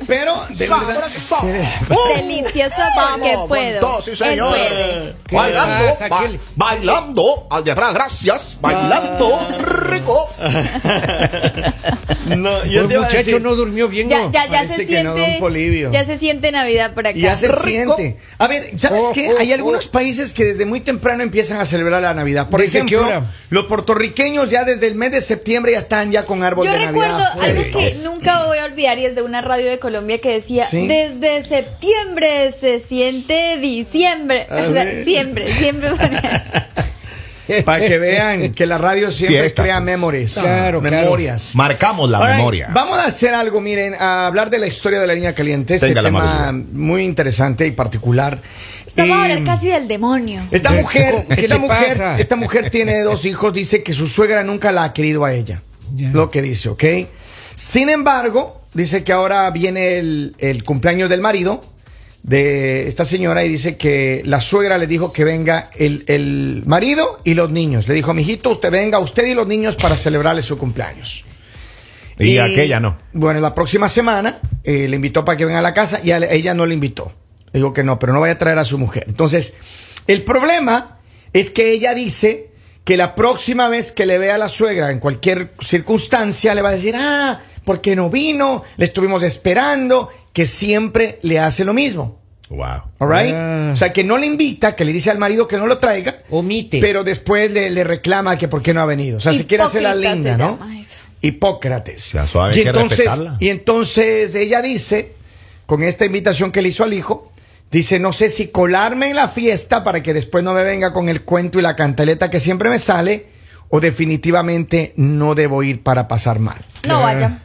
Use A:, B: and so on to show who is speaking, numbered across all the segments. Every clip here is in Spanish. A: ¿De verdad?
B: Delicioso porque
A: Uh. Vamos,
B: puedo.
A: con todo, sí,
B: Él
A: señor.
B: puede.
C: ¿Qué
A: Bailando,
C: pasa,
A: ba-
C: Kelly?
A: bailando, Aldebrán, gracias, bailando, rico.
D: No, yo
C: El
D: te iba a
C: muchacho
D: decir,
C: no durmió bien.
B: Ya,
C: ¿no?
B: ya, ya se
E: Parece que no, don
B: siente.
E: Polibio.
B: ya se siente Navidad por acá.
E: Y ya se
A: Rico.
E: siente. A ver, ¿sabes
C: Oh,
E: qué?
C: oh,
E: Hay
C: oh.
E: algunos países que desde muy temprano empiezan a celebrar la Navidad. Por
C: ¿Desde qué
E: ejemplo,
C: hora?
E: los puertorriqueños ya desde el mes de septiembre ya están ya con árbol
B: Yo
E: de
B: recuerdo
E: Navidad.
B: algo que nunca voy a olvidar y es de una radio de Colombia que decía,
E: Sí.
B: desde septiembre se siente diciembre.
E: Ah,
B: o sea,
E: sí.
B: siempre, siempre. ponía-
E: Para que vean que la radio siempre
A: Fiesta.
E: crea memories,
C: Claro, claro.
E: memorias.
A: Marcamos la
E: All right,
A: memoria.
E: Vamos a hacer algo, miren, a hablar de la historia de la línea caliente. Este
A: Tenga la
E: tema
A: madrugada.
E: muy interesante y particular.
B: Estamos a hablar
E: Eh,
B: casi del demonio.
E: Esta mujer,
C: ¿Qué
E: esta
C: le
E: mujer,
C: pasa?
E: esta mujer tiene dos hijos, dice que su suegra nunca la ha querido a ella.
C: Ya.
E: Lo que dice, ¿ok? Sin embargo, dice que ahora viene el, el cumpleaños del marido de esta señora y dice que la suegra le dijo que venga el, el marido y los niños. Le dijo, mijito, usted venga, usted y los niños para celebrarle su cumpleaños.
A: y, aquella no.
E: Bueno, la próxima semana eh, le invitó para que venga a la casa y a la- ella no le invitó. Le digo que no, pero no vaya a traer a su mujer. Entonces, el problema es que ella dice que la próxima vez que le vea a la suegra en cualquier circunstancia le va a decir, ah, ¿por qué no vino? Le estuvimos esperando, que siempre le hace lo mismo.
A: Wow.
E: All right?
C: Ah.
E: O sea, que no le invita, que le dice al marido que no lo traiga.
C: Omite.
E: Pero después le, le reclama que por qué no ha venido. O sea, se quiere hacer la
B: Hipócrita
E: linda,
B: se
E: ¿no?
B: llama eso.
E: Hipócrates.
A: sea, suave,
E: y,
A: hay que
E: entonces,
A: respetarla.
E: y entonces ella dice, con esta invitación que le hizo al hijo, dice, no sé si colarme en la fiesta para que después no me venga con el cuento y la cantaleta que siempre me sale, o definitivamente no debo ir para pasar mal.
B: No vaya.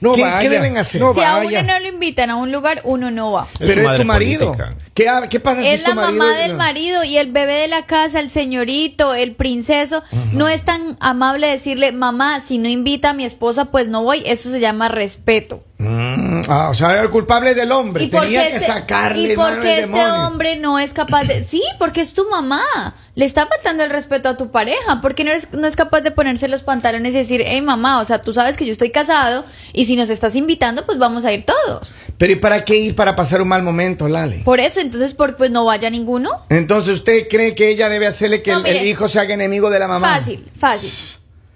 C: No
E: ¿Qué- qué
C: vaya,
E: deben hacer?
C: No
B: si a uno
C: vaya.
B: no lo invitan a un lugar, uno no va.
A: Es su
E: Pero es
A: madre
E: tu marido.
A: política.
E: ¿Qué, ha- qué pasa si
B: Es
E: Ah,
B: la
E: tu marido
B: mamá
E: y-
B: del marido y el bebé de la casa, el señorito, el princeso.
E: Ah,
B: No es tan amable decirle, mamá, si no invita a mi esposa, pues no voy. Eso se llama respeto.
E: Ah, o sea, el culpable es del hombre.
B: por
E: Tenía
B: qué
E: que
B: ese-
E: sacarle
B: y
E: mano
B: porque
E: al
B: este
E: demonio.
B: hombre no es capaz de sí porque es tu mamá le está faltando el respeto a tu pareja porque no eres- no es capaz de ponerse los pantalones y decir hey mamá o sea tú sabes que yo estoy casado y si nos estás invitando pues vamos a ir todos
E: Pero ¿y para qué ir para pasar un mal momento, Lale?
B: por eso entonces por pues no vaya ninguno
E: Entonces, ¿usted cree que ella debe hacerle que
B: No,
E: el, el
B: mire.
E: hijo se haga enemigo de la mamá?
B: fácil fácil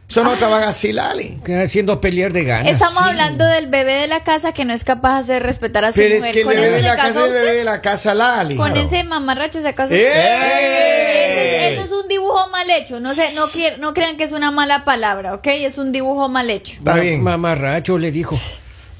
E: Eso no trabaja así, Lali.
C: Que haciendo pelear de ganas.
B: estamos
C: sí.
B: hablando del bebé de la casa que no es capaz de hacer respetar a su
E: Pero es
B: mujer
E: que el
B: con
E: bebé
B: eso
E: de
B: se
E: la
B: casó
E: casa es el
B: usted.
E: bebé de la casa, Lali.
B: Con
E: Claro.
B: ese mamarracho se casó.
E: ¡Eh!
B: Ese es- Eso es un dibujo mal hecho. No sé, no, quier- no crean que es una mala palabra, ¿ok? Es un dibujo mal hecho.
E: Está
C: Ma-
E: bien.
C: Mamarracho le dijo.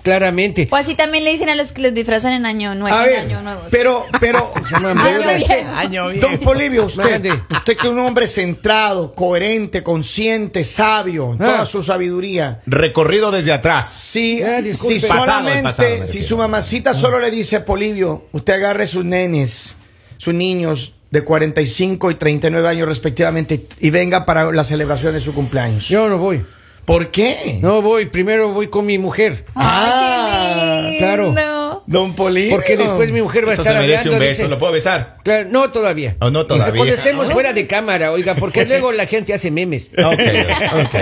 C: Claramente.
B: O así también le dicen a los que los disfrazan en año nuevo.
E: A
B: en
E: ver,
B: año nuevo.
E: pero, pero,
C: llama
E: pero
B: año
E: usted-
B: viejo.
D: Año viejo.
E: don Polivio, usted,
C: Mande.
E: usted que es un hombre centrado, coherente, consciente, sabio, en toda
C: Ah.
E: su sabiduría.
A: Recorrido desde atrás.
E: Si, eh,
C: Ya,
E: si
C: disculpe.
E: solamente,
A: Pasado, el pasado, me
E: si
A: refiero.
E: su mamacita solo le dice a Polivio, usted agarre sus nenes, sus niños de 45 y 39 años respectivamente y venga para la celebración de su cumpleaños.
C: Yo no voy.
E: ¿Por qué?
C: No voy. Primero voy con mi mujer.
A: Ah,
B: Ay, qué
C: claro.
B: lindo.
E: Ah, Don Polivio.
C: Porque después mi mujer va a
A: Eso se
C: estar
A: merece
C: hablando.
A: un beso.
C: dice,
A: ¿Lo puedo besar?
C: Claro, no todavía.
A: Oh, no todavía.
C: Cuando estemos fuera de cámara, oiga, porque luego la gente hace memes.
A: Ok, ok, ok.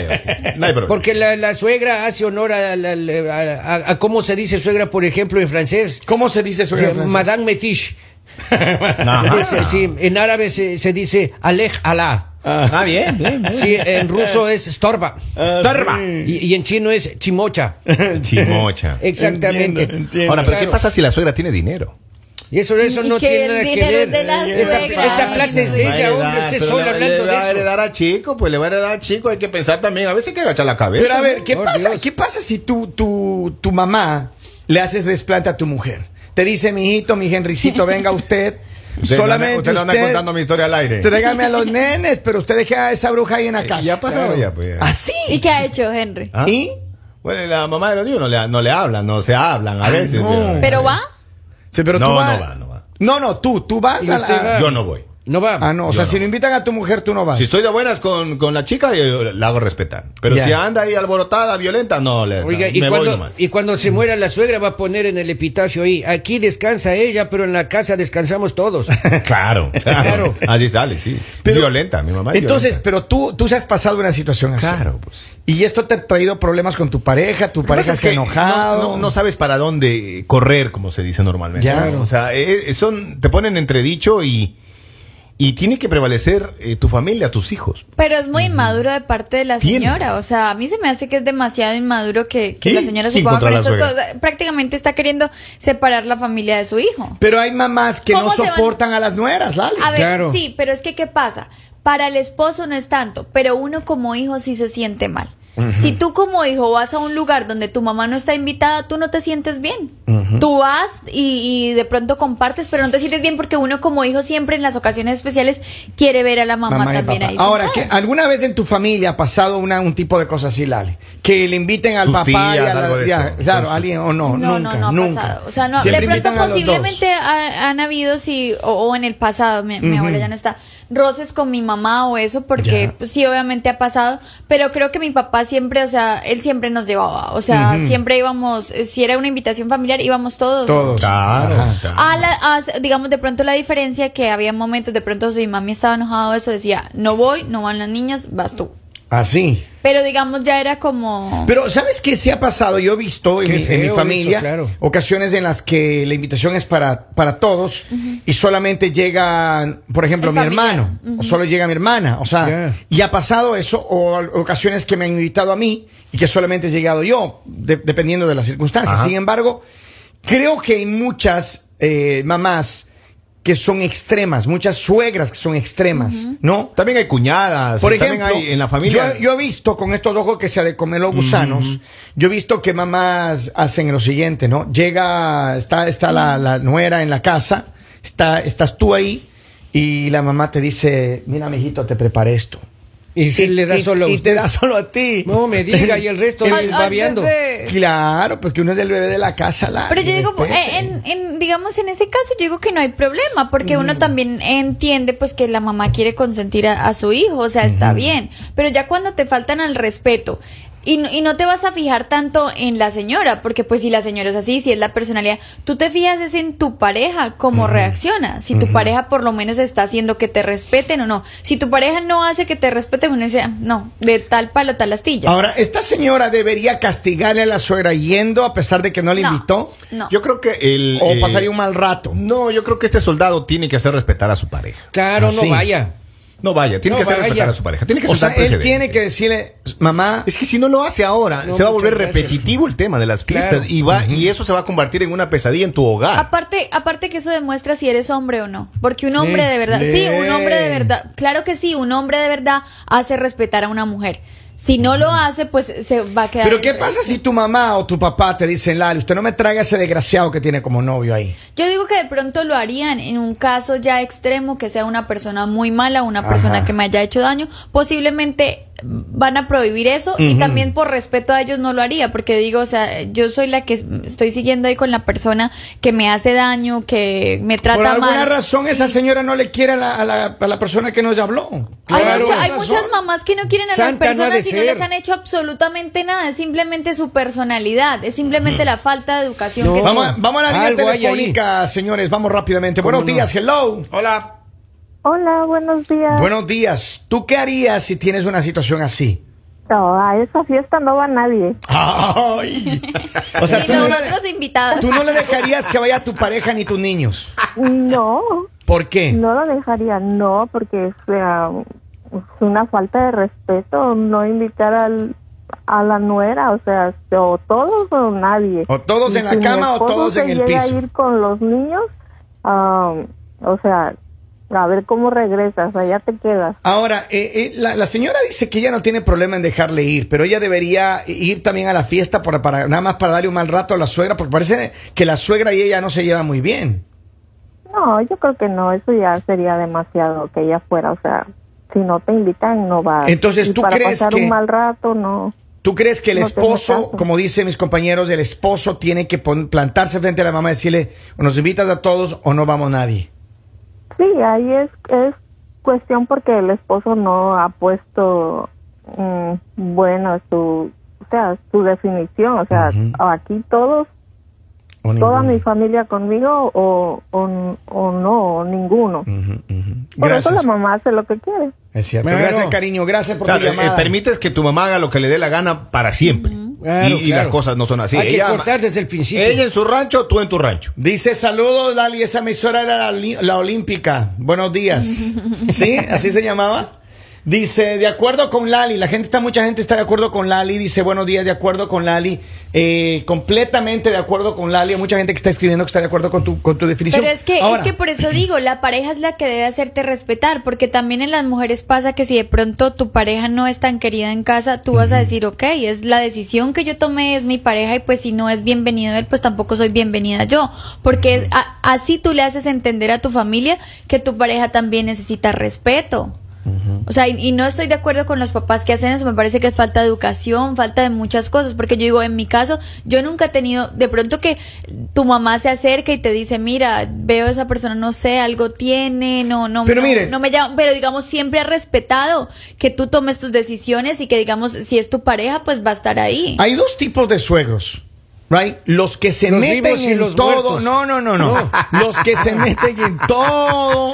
A: No hay problema.
C: Porque la, la suegra hace honor a, la- la- a- a- a cómo se dice suegra, por ejemplo, en francés.
E: ¿Cómo se dice eso?
C: O sea, Madame Metiche.
A: Ajá.
C: Es- es- sí, en árabe se, se dice Alej Alá.
A: Ah, bien, bien. Ah, bien.
C: Sí, en ruso es Storba.
A: Estorba.
C: Y, y en chino es Chimocha.
A: Chimocha.
C: Exactamente.
A: Ahora, pero ¿qué
C: Claro.
A: pasa si la suegra tiene dinero?
C: Y eso, eso
B: Y
C: no
B: que
C: tiene
B: el
C: nada que
B: dinero
C: ver.
B: es de la
C: esa,
B: suegra.
C: esa plata es de
A: Va a
C: ella,
A: heredar,
C: hombre. Usted
A: pero
C: solo
A: le va- le va
C: hablando
A: a
C: de eso.
A: heredar al chico, pues le va a heredar al chico. Hay que pensar también. A veces hay que agachar la cabeza.
E: Pero a ver,
A: ¿no?
E: ¿qué,
C: Por
E: pasa,
C: Dios.
E: ¿qué pasa si tu, tu, tu mamá le haces desplante a tu mujer? Te dice, mi hijito, mi Henricito, venga usted.
A: Usted
E: solamente
A: no- usted no anda contando mi historia al aire.
E: Tráigame a los nenes, pero usted deja a esa bruja ahí en la
A: Eh,
E: casa.
A: ya ha pasado, ya, pues, ya.
E: Así.
B: ¿Y qué ha hecho Henry?
A: Ah.
E: ¿Y?
A: Bueno, la mamá de los niños no le, no le hablan, no se hablan a
E: Ah,
A: veces.
E: no.
A: pero-
B: ¿Pero va?
E: Sí, pero
A: No,
E: tú vas-
A: no va, no va.
E: No, no, tú, tú vas
C: Y
E: a
C: usted
E: la-
C: va.
A: Ah, Yo no voy.
C: No va.
E: Ah, no. O
A: Yo
E: sea,
A: no.
E: si no invitan a tu mujer, tú no vas.
A: Si estoy de buenas con, con la chica, yo la hago respetar. Pero
E: Ya.
A: si anda ahí alborotada, violenta, no, le
C: Oiga, y
A: me voy
C: cuando,
A: nomás.
C: y cuando se muera la suegra va a poner en el epitafio ahí, aquí descansa ella, pero en la casa descansamos todos.
A: claro,
C: Claro.
A: claro. Así sale, sí.
E: Pero-
A: violenta, mi mamá. es
E: Entonces,
A: violenta.
E: pero tú, tú se has pasado una situación así.
A: Claro, pues.
E: Y esto te ha traído problemas con tu pareja, tu
A: Lo que pasa
E: pareja
A: es
E: se ha
A: que
E: enojado.
A: No, no- no sabes para dónde correr, como se dice normalmente.
E: Ya.
A: ¿no? O sea, eh, eh, son, te ponen entredicho y, y tiene que prevalecer eh, tu familia, tus hijos.
B: Pero es muy inmaduro de parte de la
A: Tiene.
B: señora. O sea, a mí se me hace que es demasiado inmaduro que, que
A: Sí,
B: la señora se
A: sin
B: ponga con
A: controlar a
B: estas
A: la suegra.
B: cosas. Prácticamente está queriendo separar la familia de su hijo.
E: Pero hay mamás que no
B: ¿Cómo se van?
E: soportan a las nueras, Lali.
B: A ver,
C: Claro.
B: sí, pero es que ¿qué pasa? Para el esposo no es tanto, pero uno como hijo sí se siente mal. Si tú como hijo vas a un lugar donde tu mamá no está invitada, tú no te sientes bien. Tú vas y, y de pronto compartes, pero no te sientes bien porque uno como hijo siempre en las ocasiones especiales quiere ver a la mamá,
E: Mamá y
B: también
E: papá.
B: ahí.
E: Ahora,
B: sentada.
E: ¿qué- ¿alguna vez en tu familia ha pasado una, un tipo de cosa así, Lali? Que le inviten al
A: Sus
E: papá y a
A: tías,
E: la-
A: algo de
E: ya,
A: eso. Pues
E: claro,
A: Entonces-
E: alguien o no,
B: No,
E: nunca,
B: no, no ha
E: nunca.
B: pasado. O sea, no,
E: Siempre
B: de pronto
E: invitan a los dos.
B: posiblemente ha- han habido, sí, o, o en el pasado, mi, mi abuela ya no está, roces con mi mamá o eso, porque
E: Ya.
B: pues, sí, obviamente ha pasado, pero creo que mi papá siempre, o sea, él siempre nos llevaba, o sea, siempre íbamos, eh, si era una invitación familiar, íbamos todos.
E: Todos.
A: Claro,
E: Ajá.
A: claro.
B: A la- a- digamos, de pronto la diferencia que había momentos, de pronto si mi mami estaba enojada o eso, decía, no voy, no van las niñas, vas tú.
E: Así.
B: Pero digamos, ya era como...
E: Pero, ¿sabes qué se ha pasado? Yo he visto en
C: Qué
E: mi, en mi
C: feo eso,
E: familia
C: claro.
E: ocasiones en las que la invitación es para, para todos y solamente llegan, por ejemplo,
B: El
E: mi
B: familiar.
E: hermano, o solo llega mi hermana. O sea,
C: Ya.
E: y ha pasado eso, o al- ocasiones que me han invitado a mí y que solamente he llegado yo, de- dependiendo de las circunstancias.
A: Ajá.
E: Sin embargo, creo que hay muchas eh, mamás que son extremas, muchas suegras que son extremas, ¿no?
A: También hay cuñadas,
E: Por
A: también
E: ejemplo,
A: hay en la familia.
E: Yo, yo he visto con estos ojos que se de comer los gusanos, yo he visto que mamás hacen lo siguiente, ¿no? Llega, está, está la, la nuera en la casa, está, estás tú ahí y la mamá te dice, mira, mijito, te preparé esto.
C: Y se le da
E: y-
C: solo a
E: y
C: usted.
E: te da solo a ti.
C: No me diga, y el resto
B: Ay,
C: del
B: ay,
C: babeando.
B: bebé.
E: Claro, porque uno es el bebé de la casa. la-
B: Pero yo digo,
E: respete.
B: eh, en, en- digamos, en ese caso, yo digo que no hay problema, porque uno también entiende pues que la mamá quiere consentir a, a su hijo, o sea, está bien, pero ya cuando te faltan al respeto. Y, no- y no te vas a fijar tanto en la señora, porque pues si la señora es así, si es la personalidad, tú te fijas es en tu pareja, cómo reacciona, si tu pareja por lo menos está haciendo que te respeten o no. Si tu pareja no hace que te respeten, uno dice, "Ah, no, de tal palo, tal astilla.
E: Ahora, ¿esta señora debería castigarle a la suegra yendo a pesar de que no le
B: No,
E: invitó?
B: no.
A: Yo creo que el.
E: ¿O
A: eh,
E: pasaría un mal rato?
A: No, yo creo que este soldado tiene que hacer respetar a su pareja.
C: Claro,
E: Así.
C: no vaya.
A: No vaya, tiene
C: No
A: que hacer
C: vaya.
A: respetar a su pareja. Tiene que
E: O sea,
A: sentar
E: él
A: precedentes.
E: tiene que decirle, mamá,
A: Es que si no lo hace ahora,
C: No,
A: se va a volver
C: muchas gracias.
A: repetitivo el tema de las fiestas
C: Claro.
A: y va y eso se va a convertir en una pesadilla en tu hogar.
B: Aparte, aparte que eso demuestra si eres hombre o no. Porque un hombre
C: Lee,
B: de verdad,
E: lee.
B: sí, un hombre de verdad, claro que sí, un hombre de verdad hace respetar a una mujer. Si no lo hace, pues se va a quedar.
E: Pero ¿qué pasa si tu mamá o tu papá te dicen, Lali, usted no me traiga ese desgraciado que tiene como novio ahí?
B: Yo digo que de pronto lo harían en un caso ya extremo, que sea una persona muy mala, una persona que me haya hecho daño. Posiblemente van a prohibir eso y también por respeto a ellos no lo haría, porque digo, o sea, yo soy la que estoy siguiendo ahí con la persona que me hace daño, que me trata
E: Por alguna
B: mal.
E: razón esa señora no le quiere a la, a la- a la persona que nos habló.
B: hay,
C: Claro.
B: mucha- hay
E: Razón.
B: muchas mamás que no quieren a
C: Santa
B: las
C: no ha
B: personas
C: de
B: y no
C: ser.
B: les han hecho absolutamente nada. Es simplemente su personalidad, es simplemente la falta de educación
C: No.
B: que
E: Vamos, a-
B: tienen.
E: vamos a la línea
C: Algo hay
E: telefónica, señores, vamos rápidamente. Buenos
C: ¿Cómo no?
E: días, hello. Hola.
D: Hola, buenos días.
E: Buenos días. ¿Tú qué harías si tienes una situación así?
D: No, a esa fiesta no va nadie.
E: Ay. O sea,
B: Y
E: tú no, le,
B: nosotros invitados.
E: tú no le dejarías que vaya tu pareja ni tus niños.
D: No,
E: ¿Por qué?
D: no lo dejaría, no, porque es, eh, es una falta de respeto no invitar al, a la nuera, o sea, o todos o nadie.
E: O todos
D: Y
E: en la
D: si mi
E: cama o
D: esposo
E: todos
D: se
E: en el
D: llega
E: piso.
D: a ir con los niños, ah, o sea, a ver cómo regresas, allá te quedas.
E: Ahora, eh, eh, la, la señora dice que ella no tiene problema en dejarle ir, pero ella debería ir también a la fiesta para, para- nada más para darle un mal rato a la suegra, porque parece que la suegra y ella no se llevan muy bien.
D: No, yo creo que no, eso ya sería demasiado que ella fuera, o sea, si no te invitan no vas.
E: Entonces,
D: Y
E: ¿tú
D: para
E: crees
D: pasar
E: que-
D: un mal rato, no.
E: ¿Tú crees que el
D: No tengo
E: esposo,
D: caso.
E: como dicen mis compañeros, el esposo tiene que pon- plantarse frente a la mamá y decirle, o nos invitas a todos o no vamos nadie?
D: Sí, ahí es, es cuestión porque el esposo no ha puesto, mm, bueno, su, o sea, su definición. O sea, aquí todos,
E: O
D: toda
E: ninguno.
D: mi familia conmigo o, o, o no, o ninguno.
E: Ujú, ujú.
D: Por eso la
E: Mm, Gracias.
D: mamá hace lo que quiere.
E: Es cierto.
C: Bueno.
E: Gracias, cariño. Gracias por
A: Claro,
E: tu
A: eh,
E: llamada.
A: permites que tu mamá haga lo que le dé la gana para siempre.
C: Claro,
A: y, y
C: claro.
A: las cosas no son así.
C: Hay
A: Ella-
C: que cortar desde el principio.
A: ella en su rancho, tú en tu rancho.
E: Dice saludos, Lali. Esa emisora era la, Oli- la Olímpica. Buenos días. ¿Sí? Así se llamaba. Dice, de acuerdo con Lali, la gente está, mucha gente está de acuerdo con Lali, dice buenos días, de acuerdo con Lali, Eh, completamente de acuerdo con Lali, hay mucha gente que está escribiendo que está de acuerdo con tu, con tu definición.
B: Pero es que,
E: Ahora,
B: es que por eso digo, la pareja es la que debe hacerte respetar, porque también en las mujeres pasa que si de pronto tu pareja no es tan querida en casa, tú vas a decir, ok, es la decisión que yo tomé, es mi pareja, y pues si no es bienvenido él, pues tampoco soy bienvenida yo, porque es- a- así tú le haces entender a tu familia que tu pareja también necesita respeto. O sea, y, y no estoy de acuerdo con los papás que hacen eso. Me parece que es falta de educación, falta de muchas cosas. Porque yo digo, en mi caso, yo nunca he tenido. De pronto que tu mamá se acerca y te dice, mira, veo a esa persona, no sé, algo tiene, no, no,
E: Pero
B: no,
E: mire.
B: no me llama. Pero digamos, siempre ha respetado que tú tomes tus decisiones y que, digamos, si es tu pareja, pues va a estar ahí.
E: Hay dos tipos de suegros, right? Los que se
C: Los
E: meten
C: vivos y
E: en
C: los
E: todo.
C: muertos.
E: No, no, no, no. los que se meten en todo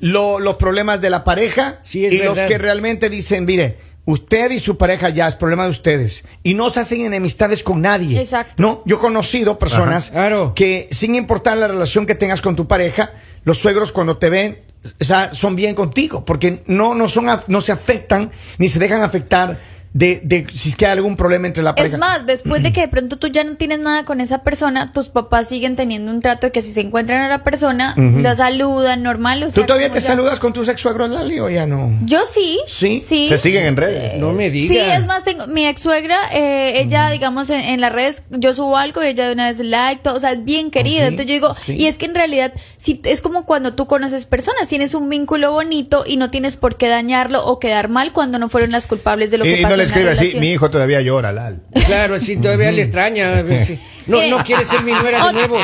E: lo- los problemas de la pareja
C: Sí, es
E: y
C: verdad.
E: los que realmente dicen, mire, usted y su pareja ya es problema de ustedes y no se hacen enemistades con nadie.
B: Exacto.
E: No, yo he conocido personas
C: Ajá. Claro.
E: que sin importar la relación que tengas con tu pareja, los suegros cuando te ven o sea, son bien contigo, porque no, no, son, af- no se afectan ni se dejan afectar de, de si es que hay algún problema entre la pareja.
B: Es más, después de que de pronto tú ya no tienes nada con esa persona, tus papás siguen teniendo un trato de que si se encuentran a la persona, la saludan normal. O
E: ¿Tú
B: sea,
E: todavía
B: como
E: te
B: ya-
E: saludas con tus ex suegros, Lali, o ya no?
B: Yo sí.
E: Sí,
B: Sí.
A: Se siguen en redes.
C: No me digas.
B: Sí, es más, tengo mi ex suegra, eh, ella, digamos, en, en las redes, yo subo algo y ella de una vez like, todo, o sea, es
A: Ah,
B: bien querida.
E: sí,
B: Entonces yo digo,
E: sí.
B: y es que en realidad, si, es como cuando tú conoces personas, tienes un vínculo bonito y no tienes por qué dañarlo o quedar mal cuando no fueron las culpables de lo que
A: Y, y
B: pasó.
A: no le
B: en la
A: escribe así,
B: relación".
A: mi hijo todavía llora, Lal.
C: Claro, así todavía le extraña. sí. No, no quiere ser mi nuera de
B: Otra-
C: nuevo.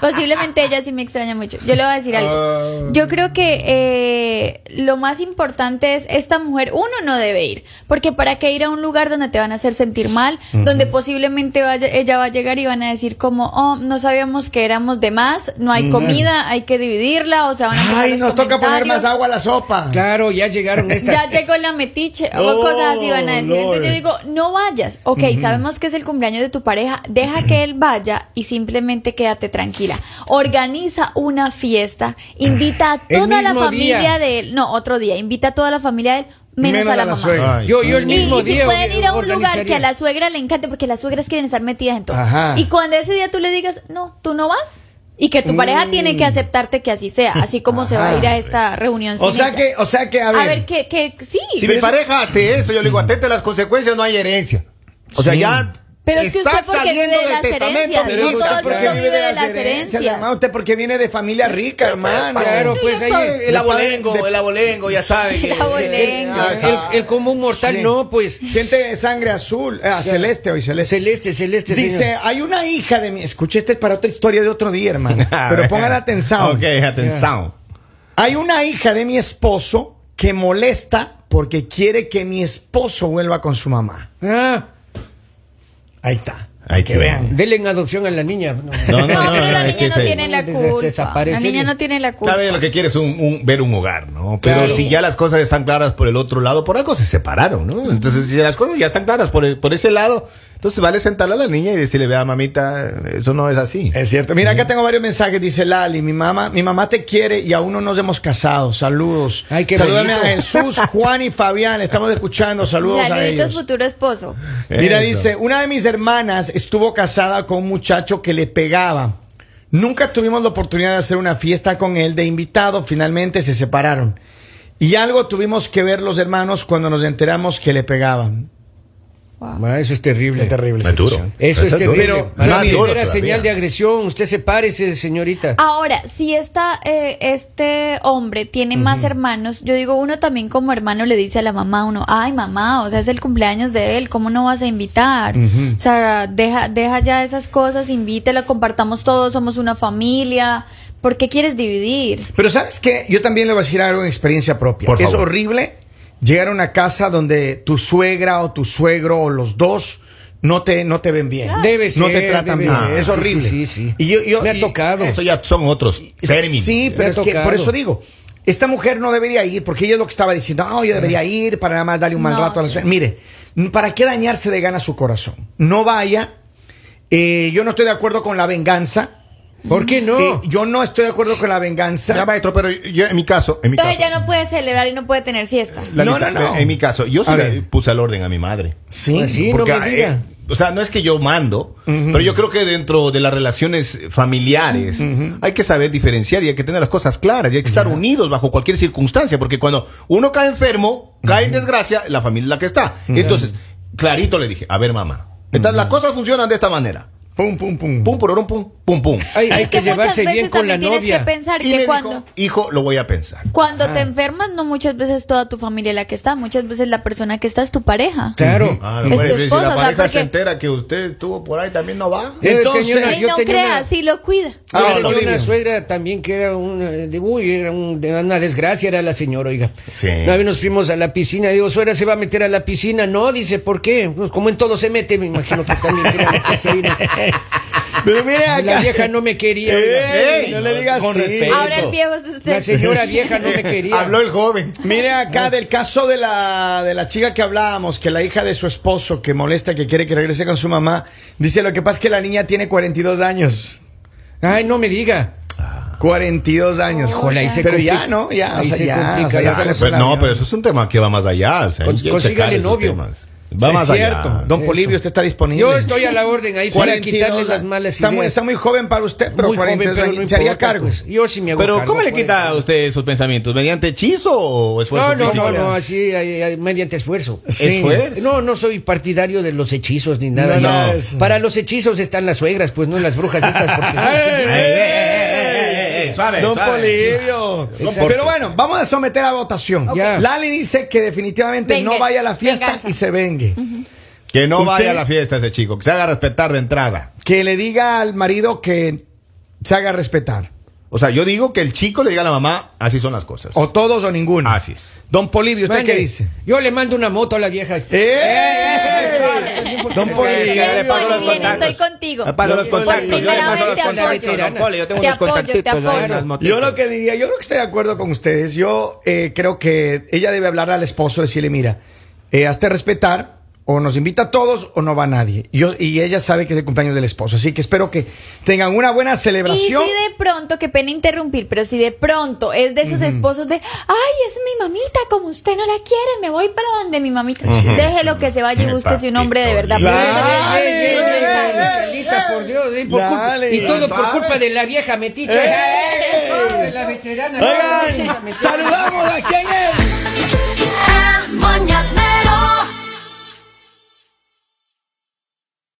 B: Posiblemente ella sí me extraña mucho. Yo le voy a decir
E: Ah.
B: algo. Yo creo que eh, lo más importante es esta mujer, uno no debe ir, porque para qué ir a un lugar donde te van a hacer sentir mal, donde posiblemente vaya- ella va a llegar y van a decir como, oh, no sabíamos que éramos de más, no hay comida, hay que dividirla, o sea, van a empezar
E: Ay,
B: los
E: nos toca poner
B: comentarios.
E: más agua a la sopa.
C: Claro, ya llegaron estas.
B: Ya llegó la metiche o
A: Oh,
B: cosas así van a decir. Entonces yo digo, no vayas. Ok, sabemos que es el cumpleaños de tu pareja, deja que él vaya y simplemente quédate tranquila. Organiza una fiesta, invita a
C: El
B: toda la
C: mismo
B: familia
C: día.
B: de él, no, otro día, invita a toda la familia de él, menos, a la, mamá.
E: suegra.
A: Ay,
C: Yo, yo el
B: Y,
C: mismo
B: y si
C: día.
B: pueden ir a un lugar que
C: organizaría.
B: a la suegra le encante, porque las suegras quieren estar metidas en todo.
E: Ajá.
B: Y cuando ese día tú le digas, no, tú no vas, y que tu pareja tiene que aceptarte que así sea, así como se va a ir a esta reunión.
E: O sea que, o sea que, a
B: A
E: ver.
B: ver, que, que sí.
A: Si mi pareja hace eso, yo le digo, atente a las consecuencias, no hay herencia. O sea,
E: Sí.
A: ya.
B: Pero es que
A: está
B: usted porque vive
A: saliendo
B: de
A: del
B: las
A: testamento,
B: herencias,
A: mi
B: no
A: hijo.
B: todo el
E: porque
B: mundo vive de las herencias.
E: hermano, usted porque viene de familia rica, hermano.
C: Claro, pues
E: Ya
C: ahí-
E: sabe,
A: El
E: la padre-
A: abolengo,
E: de-
A: el abolengo, ya saben. que-
B: El abolengo.
A: Ah,
C: El-
A: esa-
C: el común mortal,
E: Sí.
C: no, pues.
E: Gente de sangre azul, ah, celeste hoy, celeste.
C: Celeste, celeste,
E: Dice,
C: señor.
E: hay una hija de mi... Escuché, este es para otra historia de otro día, hermano.
A: A
E: pero
A: ver.
E: póngala atención.
A: Ok, atención.
E: Hay una hija de mi esposo que molesta porque quiere que mi esposo vuelva con su mamá.
C: Ah,
E: Ahí está.
A: Hay
E: que vean.
C: denle en adopción a la niña. No.
A: No,
B: No, pero la
A: es
B: niña
A: que
B: no
A: sí.
B: tiene la
C: Des-
B: culpa. La
C: desaparece
B: niña
C: bien.
B: no tiene la culpa.
A: Claro, ella lo que quiere es un, un- ver un hogar, ¿no? Pero
C: Claro.
A: si ya las cosas están claras por el otro lado, por algo se separaron, ¿no? Entonces, si las cosas ya están claras por, el- por ese lado, entonces vale sentarla a la niña y decirle, vea, mamita, eso no es así.
E: Es cierto. Mira, acá tengo varios mensajes. Dice Lali, mi mamá, mi mamá te quiere y aún no nos hemos casado. Saludos.
C: Ay, qué
E: Salúdame
C: bonito.
E: a Jesús, Juan y Fabián. Estamos escuchando. Saludos a
B: Saluditos,
E: ellos.
B: futuro esposo.
E: Mira,
A: Eso.
E: dice, una de mis hermanas estuvo casada con un muchacho que le pegaba. Nunca tuvimos la oportunidad de hacer una fiesta con él de invitado, finalmente se separaron. Y algo tuvimos que ver los hermanos cuando nos enteramos que le pegaban.
C: Ma, Ah, Eso es terrible.
E: Es terrible.
A: Es duro.
E: situación.
C: Eso es
A: Esa duro.
C: terrible.
A: Pero-
C: A la
A: más duro
C: primera
A: todavía.
C: señal de agresión, usted sepárese, señorita.
B: Ahora, si esta, eh, este hombre tiene más hermanos, yo digo, uno también como hermano le dice a la mamá, uno, ay mamá, o sea, es el cumpleaños de él, ¿cómo no vas a invitar? O sea, deja, deja ya esas cosas, invítela, compartamos todos, somos una familia, ¿por qué quieres dividir?
E: Pero ¿sabes qué? Yo también le voy a decir algo en experiencia propia.
A: Por
E: es
A: favor.
E: horrible llegar a una casa donde tu suegra o tu suegro o los dos no te, no te ven bien.
C: Debe
E: No
C: ser,
E: te tratan
C: debe
E: bien.
C: ser. Ah,
E: Es
C: Sí,
E: horrible.
C: sí, sí, sí.
E: Y yo, yo-
C: Me ha
E: y-
C: tocado.
A: Eso ya son otros términos.
E: Sí,
C: Me
E: pero
C: ha
E: es que
C: tocado.
E: por eso digo, esta mujer no debería ir, porque ella es lo que estaba diciendo, no, yo debería ir para nada más darle un mal
B: No,
E: rato a la
B: sí.
E: suegra". Mire, ¿para qué dañarse de gana su corazón? No vaya. Eh, yo no estoy de acuerdo con la venganza.
C: ¿Por qué no?
E: Eh, yo no estoy de acuerdo con la venganza.
A: Ya, maestro, pero yo, en mi caso, en mi
B: Entonces
A: caso.
B: ella no puede celebrar y no puede tener fiesta.
E: No,
A: Lalita,
E: no, no.
A: En mi caso, yo sí
E: A
A: le
E: ver.
A: puse al orden a mi madre.
E: Sí.
C: Pues sí.
A: Porque,
C: no me
A: eh,
C: diga.
A: o sea, no es que yo mando, pero yo creo que dentro de las relaciones familiares hay que saber diferenciar y hay que tener las cosas claras y hay que estar unidos bajo cualquier circunstancia, porque cuando uno cae enfermo, cae en desgracia, la familia es la que está. Entonces, clarito le dije, a ver mamá, entonces, las cosas funcionan de esta manera.
E: Pum, pum, pum.
A: Pum, pororón, pum, pum, pum.
C: Hay, hay
B: es
C: que,
B: que, muchas
C: llevarse bien
B: veces
C: con la
B: también tienes
C: novia.
B: que pensar
A: Y me
B: que
A: dijo,
B: cuando...
A: hijo, lo voy a pensar.
B: Cuando
C: "Ah".
B: te enfermas, no muchas veces toda tu familia es la que está, muchas veces la persona que está es tu pareja.
C: Claro.
A: Ah,
B: Es
A: bueno,
B: tu
A: y si
B: esposa, o
A: la
B: sea,
A: pareja se
B: porque-
A: entera que usted estuvo por ahí también no va.
C: Yo
E: Entonces-
C: tenía una-
B: Él
C: yo
B: no
C: tenía
B: crea,
C: una-
B: sí lo cuida.
E: Ah,
C: Yo
E: no,
C: tenía
E: Olivia.
C: una suegra también que era una, de- uy, era un- de- una desgracia, era la señora, oiga.
A: Sí.
C: Una vez nos fuimos a la piscina, digo, suegra se va a meter a la piscina. No, dice, ¿por qué? Pues, como en todo se mete, me imagino que también quería meterse ahí, ¿no?
E: Pero mire acá.
C: La vieja no me quería. oiga.
E: Ey,
A: Ey,
E: no le digas
A: con
E: así.
A: respeto.
B: Ahora el viejo es usted.
C: La señora vieja no me quería.
A: Habló el joven.
E: Mire acá del caso de la, de la chica que hablábamos, que la hija de su esposo que molesta, que quiere que regrese con su mamá, dice lo que pasa es que la niña tiene 42 años.
C: Ay, no me diga.
E: 42 años.
C: Híjole, ahí se
E: pero
C: complica.
E: ya, ¿no? Ya, o
C: Ahí
E: sea,
C: se
E: ya,
C: complica
E: o sea, ya
C: la
E: se le
A: Pero-
E: fue la
A: pues, no,
E: vida.
A: pero eso es un tema que va más allá. o sea, hay
C: Cons-
A: que
C: consígale
A: checar esos
C: novio. Eh,
A: temas. Va
E: Sí,
A: más
E: es cierto.
A: allá.
E: Don
C: Eso.
E: Polivio, usted está disponible.
C: Yo estoy a la orden ahí para
E: 42
C: quitarle las malas
E: está
C: ideas.
E: muy, está muy joven para usted, pero
C: Muy joven,
E: 42
C: pero
E: años.
C: no
E: se haría
C: importa,
E: cargo.
C: pues. Yo sí me hago
A: Pero
C: cargo,
A: ¿cómo le
C: pues.
A: quita a usted sus pensamientos? ¿Mediante hechizo o esfuerzo
C: No, no,
A: físico?
C: no, no, así hay- hay- mediante esfuerzo.
A: Pues Sí. ¿Esfuerzo?
C: No, no soy partidario de los hechizos ni nada.
E: No,
C: ya.
E: nada de eso.
C: Para los hechizos están las suegras, pues no las brujas estas.
E: ¡Ey,
C: Porque...
A: Ay,
E: ey,
A: ey,
E: ey,
A: ey, ey, suave,
E: Don
A: suave.
E: Polivio.
C: Exacto.
E: Pero bueno, vamos a someter a votación.
C: Ok. Ya.
E: Lali dice que definitivamente no
B: Vengue-
E: vaya a la fiesta
B: venganza.
E: y se vengue.
A: Que no vaya
E: Usted-
A: a la fiesta ese chico, que se haga respetar de entrada.
E: Que le diga al marido que se haga respetar.
A: O sea, yo digo que el chico le diga a la mamá, así son las cosas.
E: O todos o ninguno.
A: Así es.
E: Don Polivio, ¿usted
C: Mande,
E: qué dice?
C: Yo le mando una moto a la vieja.
E: ¡Eh! Don
B: Bien,
A: Ya le
E: Polivio.
A: pago los
B: bien,
A: contactos.
B: estoy contigo.
A: Le pago los
B: Por
A: contactos, yo le
B: primera
A: pago
B: vez
A: los
B: te
A: contactos,
B: apoyo.
A: don Poli, yo tengo
B: Te
A: unos
B: apoyo, te
A: contactitos ahí en
B: apoyo.
A: las motitos.
E: Yo lo que diría, yo no que estoy de acuerdo con ustedes. Yo eh, creo que ella debe hablar al esposo, decirle, mira, eh, hazte respetar, o nos invita a todos o no va nadie. Yo, y ella sabe que es el cumpleaños del esposo, así que espero que tengan una buena
B: Y si
E: celebración.
B: de pronto, qué pena interrumpir, pero si de pronto es de esos esposos de, ay, es mi mamita, como usted no la quiere, me voy para donde mi mamita. Déjelo que se vaya y
A: Mi
B: búsquese un hombre de
A: papito
B: verdad.
A: lindo.
B: Pero eso
E: Dale,
B: es-
E: Dale,
C: Maldita, por Dios, eh, por culpa-
E: Dale,
C: y todo por
E: dale.
C: culpa de la vieja metiche.
E: ¡Eh!
C: De la veterana.
E: Oigan, saludamos a quién es.